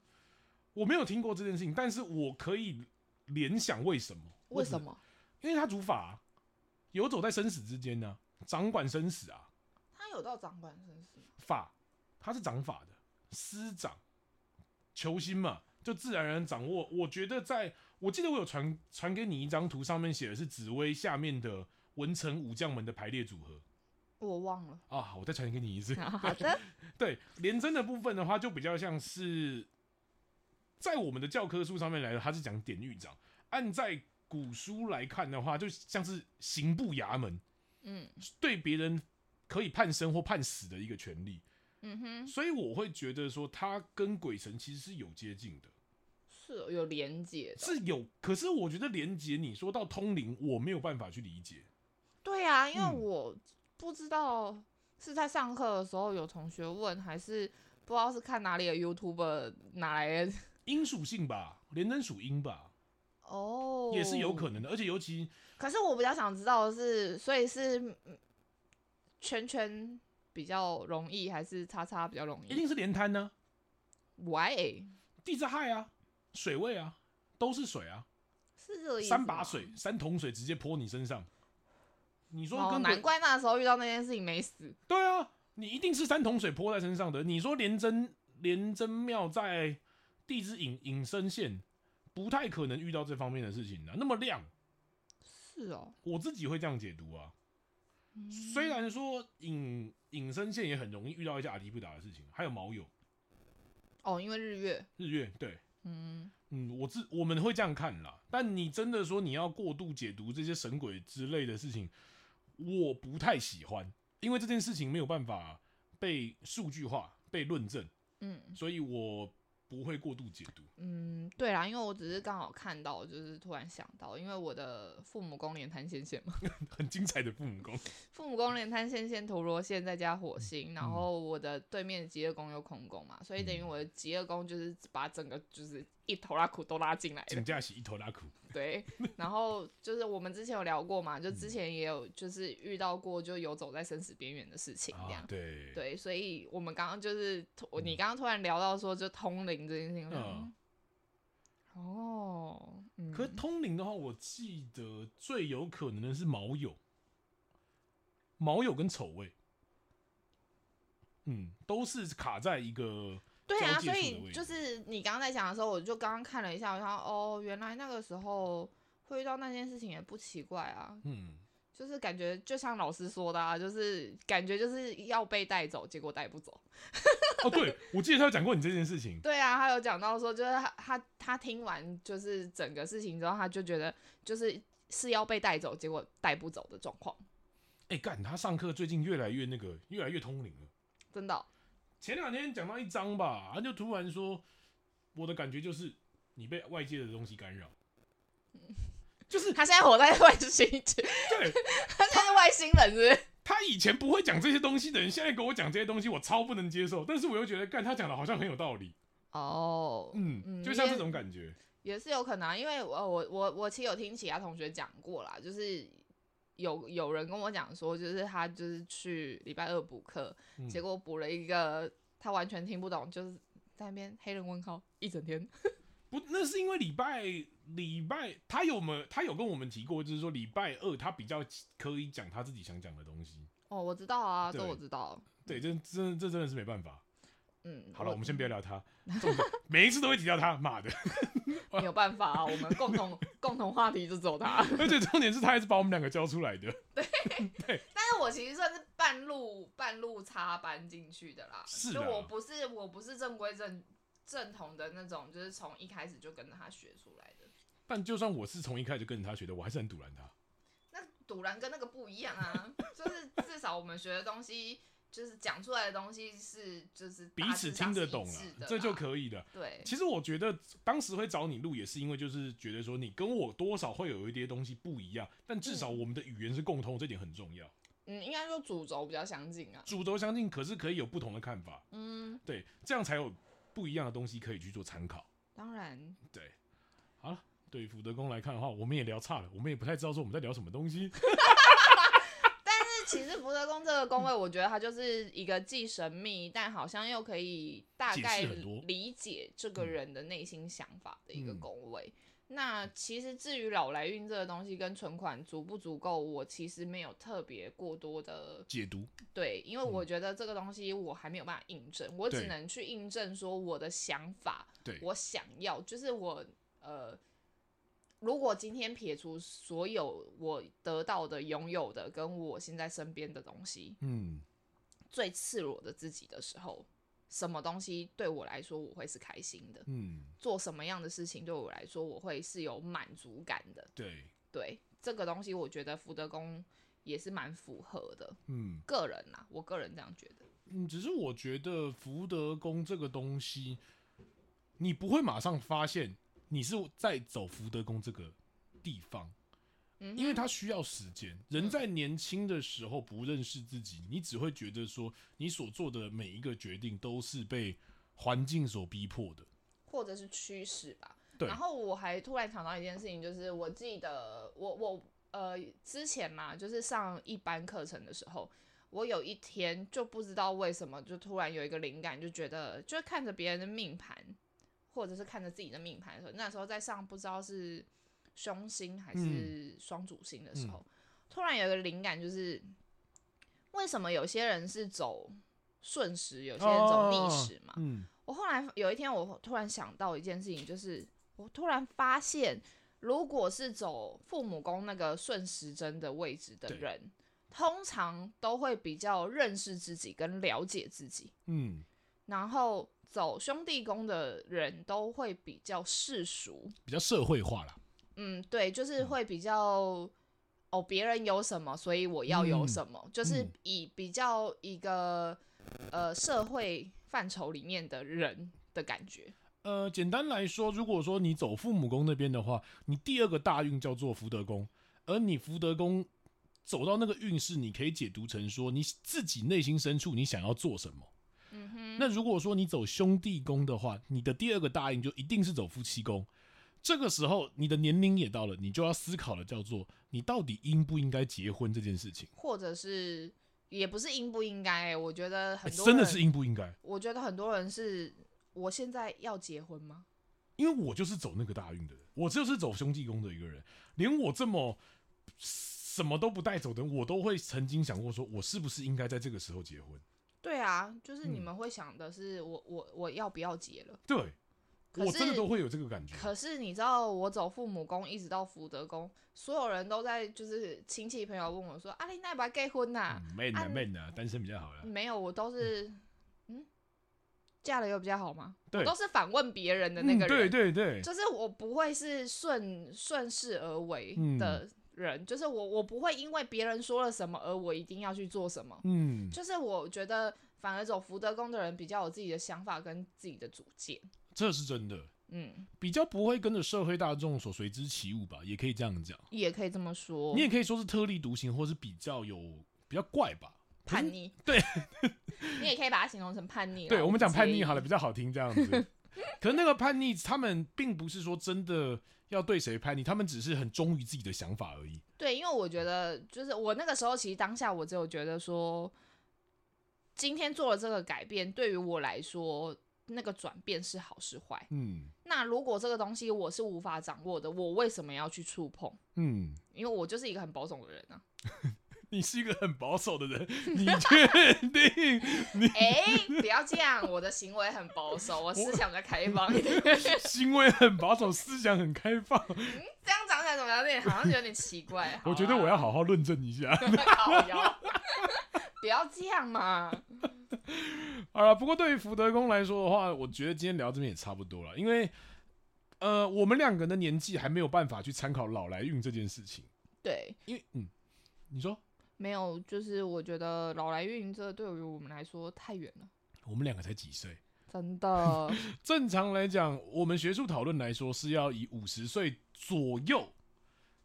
B: 我没有听过这件事情，但是我可以联想为什么？
A: 为什
B: 么？
A: 么？
B: 因为他主法、啊、游走在生死之间呢、掌管生死啊，
A: 他有到掌管生死吗？
B: 法他是掌法的，司掌求心嘛，就自然而然掌握。我觉得在，我记得我有传传给你一张图，上面写的是紫薇下面的文臣武将们的排列组合
A: 我忘了。
B: 啊，我再传给你一 次。
A: 好 的，
B: 对连针的部分的话，就比较像是在我们的教科书上面来的，它是讲典狱长。按在古书来看的话，就像是刑部衙门
A: 嗯
B: 对别人可以判生或判死的一个权利，
A: 嗯哼，
B: 所以我会觉得说，它跟鬼神其实是有接近的，
A: 是哦有连结的。
B: 是有。可是我觉得连接你说到通灵，我没有办法去理解。
A: 对啊，因为
B: 嗯
A: 我不知道是在上课的时候有同学问，还是不知道是看哪里的 YouTube 哪来的。
B: 阴属性吧，连针属阴吧，
A: 哦，
B: 也是有可能的。而且尤其
A: 可是我比较想知道的是，所以是嗯圈圈比较容易，还是叉叉比较容
B: 一
A: 易
B: 定是连摊呢、
A: ？Why
B: 地质害啊，水位啊，都是水啊，
A: 是啊这个意思吗？
B: 三把水、三桶水直接泼你身上。你说
A: 哦，
B: 跟鬼、
A: 难怪那时候遇到那件事情没死。
B: 对啊，你一定是三桶水泼在身上的。你说连真连真庙在地之隐隐身线，不太可能遇到这方面的事情的、啊那么亮，
A: 是哦，
B: 我自己会这样解读啊。
A: 嗯
B: 虽然说隐隐身线也很容易遇到一些阿迪不达的事情，还有毛友、
A: 哦，因为日月，
B: 日月，对，
A: 嗯，
B: 嗯，我自我们会这样看啦，但你真的说你要过度解读这些神鬼之类的事情，我不太喜欢，因为这件事情没有办法被数据化、被论证，
A: 嗯
B: 所以我不会过度解读。
A: 嗯，对啦，因为我只是刚好看到，就是突然想到，因为我的父母宫连滩线线嘛，
B: 很精彩的父母宫，
A: 父母宫连滩线线陀螺线再加火
B: 嗯
A: 星，然后我的对面的极乐宫有空宫嘛，所以等于我的极乐宫就是把整个就是一头拉苦都拉进来的
B: 请。假洗一头拉苦，
A: 对， 然后就是我们之前有聊过嘛，就
B: 嗯
A: 之前也有就是遇到过就游走在生死边缘的事情这样。
B: 啊，对，
A: 对，所以我们刚刚就是突你刚刚突然聊到说就通灵这件事情，我想
B: 嗯
A: 嗯哦，嗯，
B: 可是通灵的话，我记得最有可能的是毛友，毛友跟丑味，嗯，都是卡在一个
A: 对啊，
B: 交界
A: 所
B: 处的
A: 以
B: 位置
A: 就是你刚刚在讲的时候，我就刚刚看了一下，我想哦，原来那个时候会遇到那件事情也不奇怪啊，
B: 嗯，
A: 就是感觉就像老师说的啊，就是感觉就是要被带走，结果带不走。
B: 哦，对， 我记得他有讲过你这件事情，
A: 对啊，他有讲到说，就是他他他听完就是整个事情之后，他就觉得就是是要被带走，结果带不走的状况，
B: 哎、干，他上课最近越来越那个，越来越通灵了。
A: 真的哦、
B: 前两天讲到一章吧，他就突然说，我的感觉就是你被外界的东西干扰，就是
A: 他现在活在外星去，
B: 对
A: 他现在是外星人是不是？
B: 他以前不会讲这些东西的人，现在给我讲这些东西，我超不能接受。但是我又觉得，干他讲的好像很有道理，
A: 哦，
B: 嗯，就像这种感觉，
A: 也是有可能、啊，因为我我我我其实有听其他同学讲过啦，就是有有人跟我讲说，就是他就是去礼拜二补课，
B: 嗯
A: 结果补了一个他完全听不懂，就是在那边黑人问号一整天。
B: 不，那是因为礼拜礼拜他有没他有跟我们提过，就是说礼拜二他比较可以讲他自己想讲的东西。
A: 哦，我知道啊，这
B: 对
A: 我知道。
B: 对，这真这真的是没办法。
A: 嗯，
B: 好了，我们先不要 聊他，重点每一次都会提到他，妈的！
A: 没有办法啊，我们共 同共同话题就只有他。
B: 而且重点是他还是把我们两个教出来的，
A: 但 是我其实算是半路半路插班进去的啦，
B: 是
A: 就
B: 啦
A: 我不是啊我不是正规正正统的那种，就是从一开始就跟着他学出来的。
B: 但就算我是从一开始就跟着他学的，我还是很堵拦他。
A: 那堵然跟那个不一样啊， 就是至少我们学的东西，就是讲出来的东西是就是
B: 彼
A: 大
B: 此
A: 致
B: 听
A: 上是
B: 得
A: 一
B: 懂
A: 致的
B: 了
A: 啦，
B: 这就可以了。
A: 对
B: 其实我觉得当时会找你录，也是因为就是觉得说你跟我多少会有一些东西不一样，但至少我们的语言是共通，这点很重要。
A: 嗯，应该说主轴比较相近啊，
B: 主轴相近，可是可以有不同的看法，
A: 嗯，
B: 对，这样才有不一样的东西可以去做参考。
A: 当然
B: 对，好了，对于福德宫来看的话，我们也聊差了，我们也不太知道说我们在聊什么东西。
A: 是其实福德宫这个宫位，我觉得它就是一个既神秘，但好像又可以大概
B: 解释很多
A: 理解这个人的内心想法的一个
B: 嗯
A: 宫位。那其实至于老来运这个东西跟存款足不足够，我其实没有特别过多的
B: 解读，
A: 对，因为我觉得这个东西我还没有办法印证，我只
B: 嗯对
A: 能去印证说我的想法，
B: 对
A: 我想要，就是我呃，如果今天撇除所有我得到的、拥有的，跟我现在身边的东西，
B: 嗯，
A: 最赤裸的自己的时候，什么东西对我来说我会是开心的，
B: 嗯，
A: 做什么样的事情对我来说我会是有满足感的，
B: 对，
A: 对这个东西，我觉得福德宫也是蛮符合的，
B: 嗯
A: 个人呐、我个人这样觉得。
B: 嗯，只是我觉得福德宫这个东西，你不会马上发现你是在走福德宫这个地方，
A: 嗯
B: 因为
A: 哼嗯
B: 它需要时间。人在年轻的时候不认识自己，你只会觉得说你所做的每一个决定都是被环境所逼迫的。
A: 或者是趋势吧。
B: 对
A: 然后我还突然想到一件事情，就是我记得我我呃之前嘛，就是上一班课程的时候，我有一天就不知道为什么，就突然有一个灵感，就觉得就看着别人的命盘，或者是看着自己的命盘的时候，那时候在上不知道是凶星还
B: 嗯
A: 是双主星的时候，突然有一个灵感，就是为什么有些人是走顺时，有些人走逆时嘛？
B: 嗯，
A: 我后来有一天，我突然想到一件事情，就是我突然发现，如果是走父母宫那个顺时针的位置的
B: 对
A: 人，通常都会比较认识自己跟了解自己，
B: 嗯，
A: 然后走兄弟宫的人都会比较世俗，
B: 比较社会化啦。
A: 嗯，对，就是会比较。哦，别人有什么，所以我要有
B: 嗯
A: 什么，就是
B: 嗯
A: 以比较一个呃社会范畴里面的人的感觉。
B: 呃，简单来说，如果说你走父母宫那边的话，你第二个大运叫做福德宫，而你福德宫走到那个运势，你可以解读成说你自己内心深处你想要做什么。
A: 嗯哼，
B: 那如果说你走兄弟宫的话，你的第二个大印就一定是走夫妻宫。这个时候，你的年龄也到了，你就要思考了，叫做你到底应不应该结婚这件事情。
A: 或者是也不是应不应该、我觉得
B: 哎
A: 很多
B: 真
A: 人、
B: 的是，应不应该？
A: 我觉得很多人是，我现在要结婚吗？
B: 因为我就是走那个大运的人，我就是走兄弟宫的一个人，连我这么什么都不带走的人，我都会曾经想过说，我是不是应该在这个时候结婚？
A: 对啊，就是你
B: 嗯
A: 们会想的是我，我我要不要结了？
B: 对，
A: 可
B: 我真的
A: 是
B: 都会有这个感觉。
A: 可是你知道，我走父母宫一直到福德宫，所有人都在就是亲戚朋友问我说：“啊阿丽奈把结婚呐、
B: 嗯 man 啊
A: 啊嗯
B: man 啊，单身比较好啦。
A: 没有，我都是嗯，嫁了又比较好吗？我
B: 对
A: 都是反问别人的那个人，
B: 嗯、对对对，
A: 就是我不会是顺顺势而为
B: 嗯
A: 的人，就是我我不会因为别人说了什么而我一定要去做什么。
B: 嗯，
A: 就是我觉得，反而走福德宫的人比较有自己的想法跟自己的主见。
B: 这是真的，
A: 嗯，
B: 比较不会跟着社会大众所随之起舞吧，也可以这样讲。
A: 也可以这么说
B: 你。也嗯可以说是特立独行，或是比较有比较怪吧。
A: 叛逆，
B: 对，
A: 你也可以把它形容成叛逆啦。
B: 对我们讲叛逆好了，
A: 不
B: 比
A: 介意
B: 较好听这样 子。可是那个叛逆，他们并不是说真的要对谁叛逆，他们只是很忠于自己的想法而已。
A: 对，因为我觉得，就是我那个时候，其实当下我只有觉得说，今天做了这个改变，对于我来说，那个转变是好是坏。
B: 嗯
A: 那如果这个东西我是无法掌握的，我为什么要去触碰？
B: 嗯，
A: 因为我就是一个很保守的人啊。
B: 你是一个很保守的 人，你确定？
A: 哎、不要这样，我的行为很保守，我思想比较开放一点。
B: 行为很保守，思想很开放。
A: 这样讲起来怎么有点好像有点奇怪。
B: 我觉得我
A: 要。
B: 要 好好啊论证一下。
A: 靠腰， 不要这样嘛。
B: 好了，不过对于福德宫来说的话，我觉得今天聊这边也差不多了，因为呃，我们两个人的年纪还没有办法去参考老来运这件事情，
A: 对，
B: 因为嗯，你说
A: 没有，就是我觉得老来运这对于我们来说太远了，
B: 我们两个才几岁？
A: 真 的。
B: 正常来讲，我们学术讨论来说是要以五十岁左右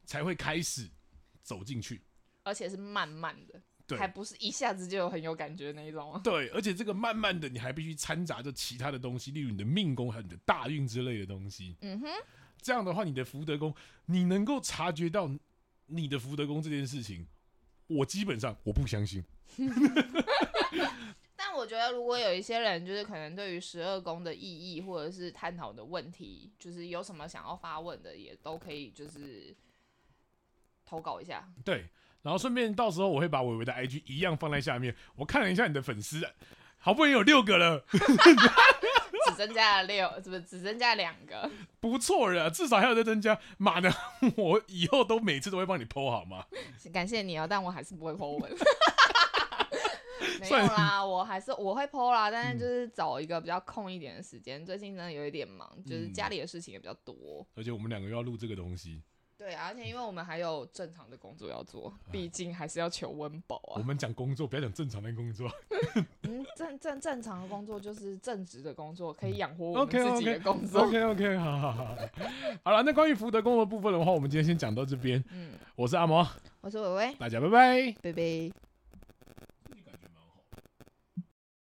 B: 才会开始走进去。
A: 而且是慢慢的，
B: 对
A: 还不是一下子就有很有感觉的那一种哦。
B: 对，而且这个慢慢的，你还必须掺杂着其他的东西，例如你的命宫还有你的大运之类的东西。
A: 嗯哼，
B: 这样的话，你的福德宫，你能够察觉到你的福德宫这件事情，我基本上我不相信。
A: 但我觉得如果有一些人就是可能对于十二宫的意义或者是探讨的问题，就是有什么想要发问的，也都可以就是投稿一下。
B: 对，然后顺便到时候我会把伟伟的 IG 一样放在下面。我看了一下你的粉丝，好不容易有六个了，
A: 只增加了六， 是不是只增加两个？
B: 不错了，至少还有在增加。妈的，我以后都每次都会帮你 PO 好吗？
A: 感谢你哦，但我还是不会 Po 文。 没有
B: 算嗯
A: 啦，我还是我会 Po 啦，但是就是找一个比较空一点的时间。最近真的有一点忙，就是
B: 嗯
A: 家里的事情也比较多。
B: 而且我们两个又要录这个东西，
A: 对啊，而且因为我们还有正常的工作要做，毕竟还是要求温饱
B: 我
A: 啊。
B: 们讲工作，不要讲正常的工作。
A: 嗯，正正正常的工作就是正职的工作，可以养活我们
B: OK，OK
A: 自己的工作。
B: OK OK，好好好，好了，那关于福德宫的部分的话，我们今天先讲到这边。
A: 嗯，
B: 我是阿毛，
A: 我是伟伟，
B: 大家拜拜。
A: 拜拜。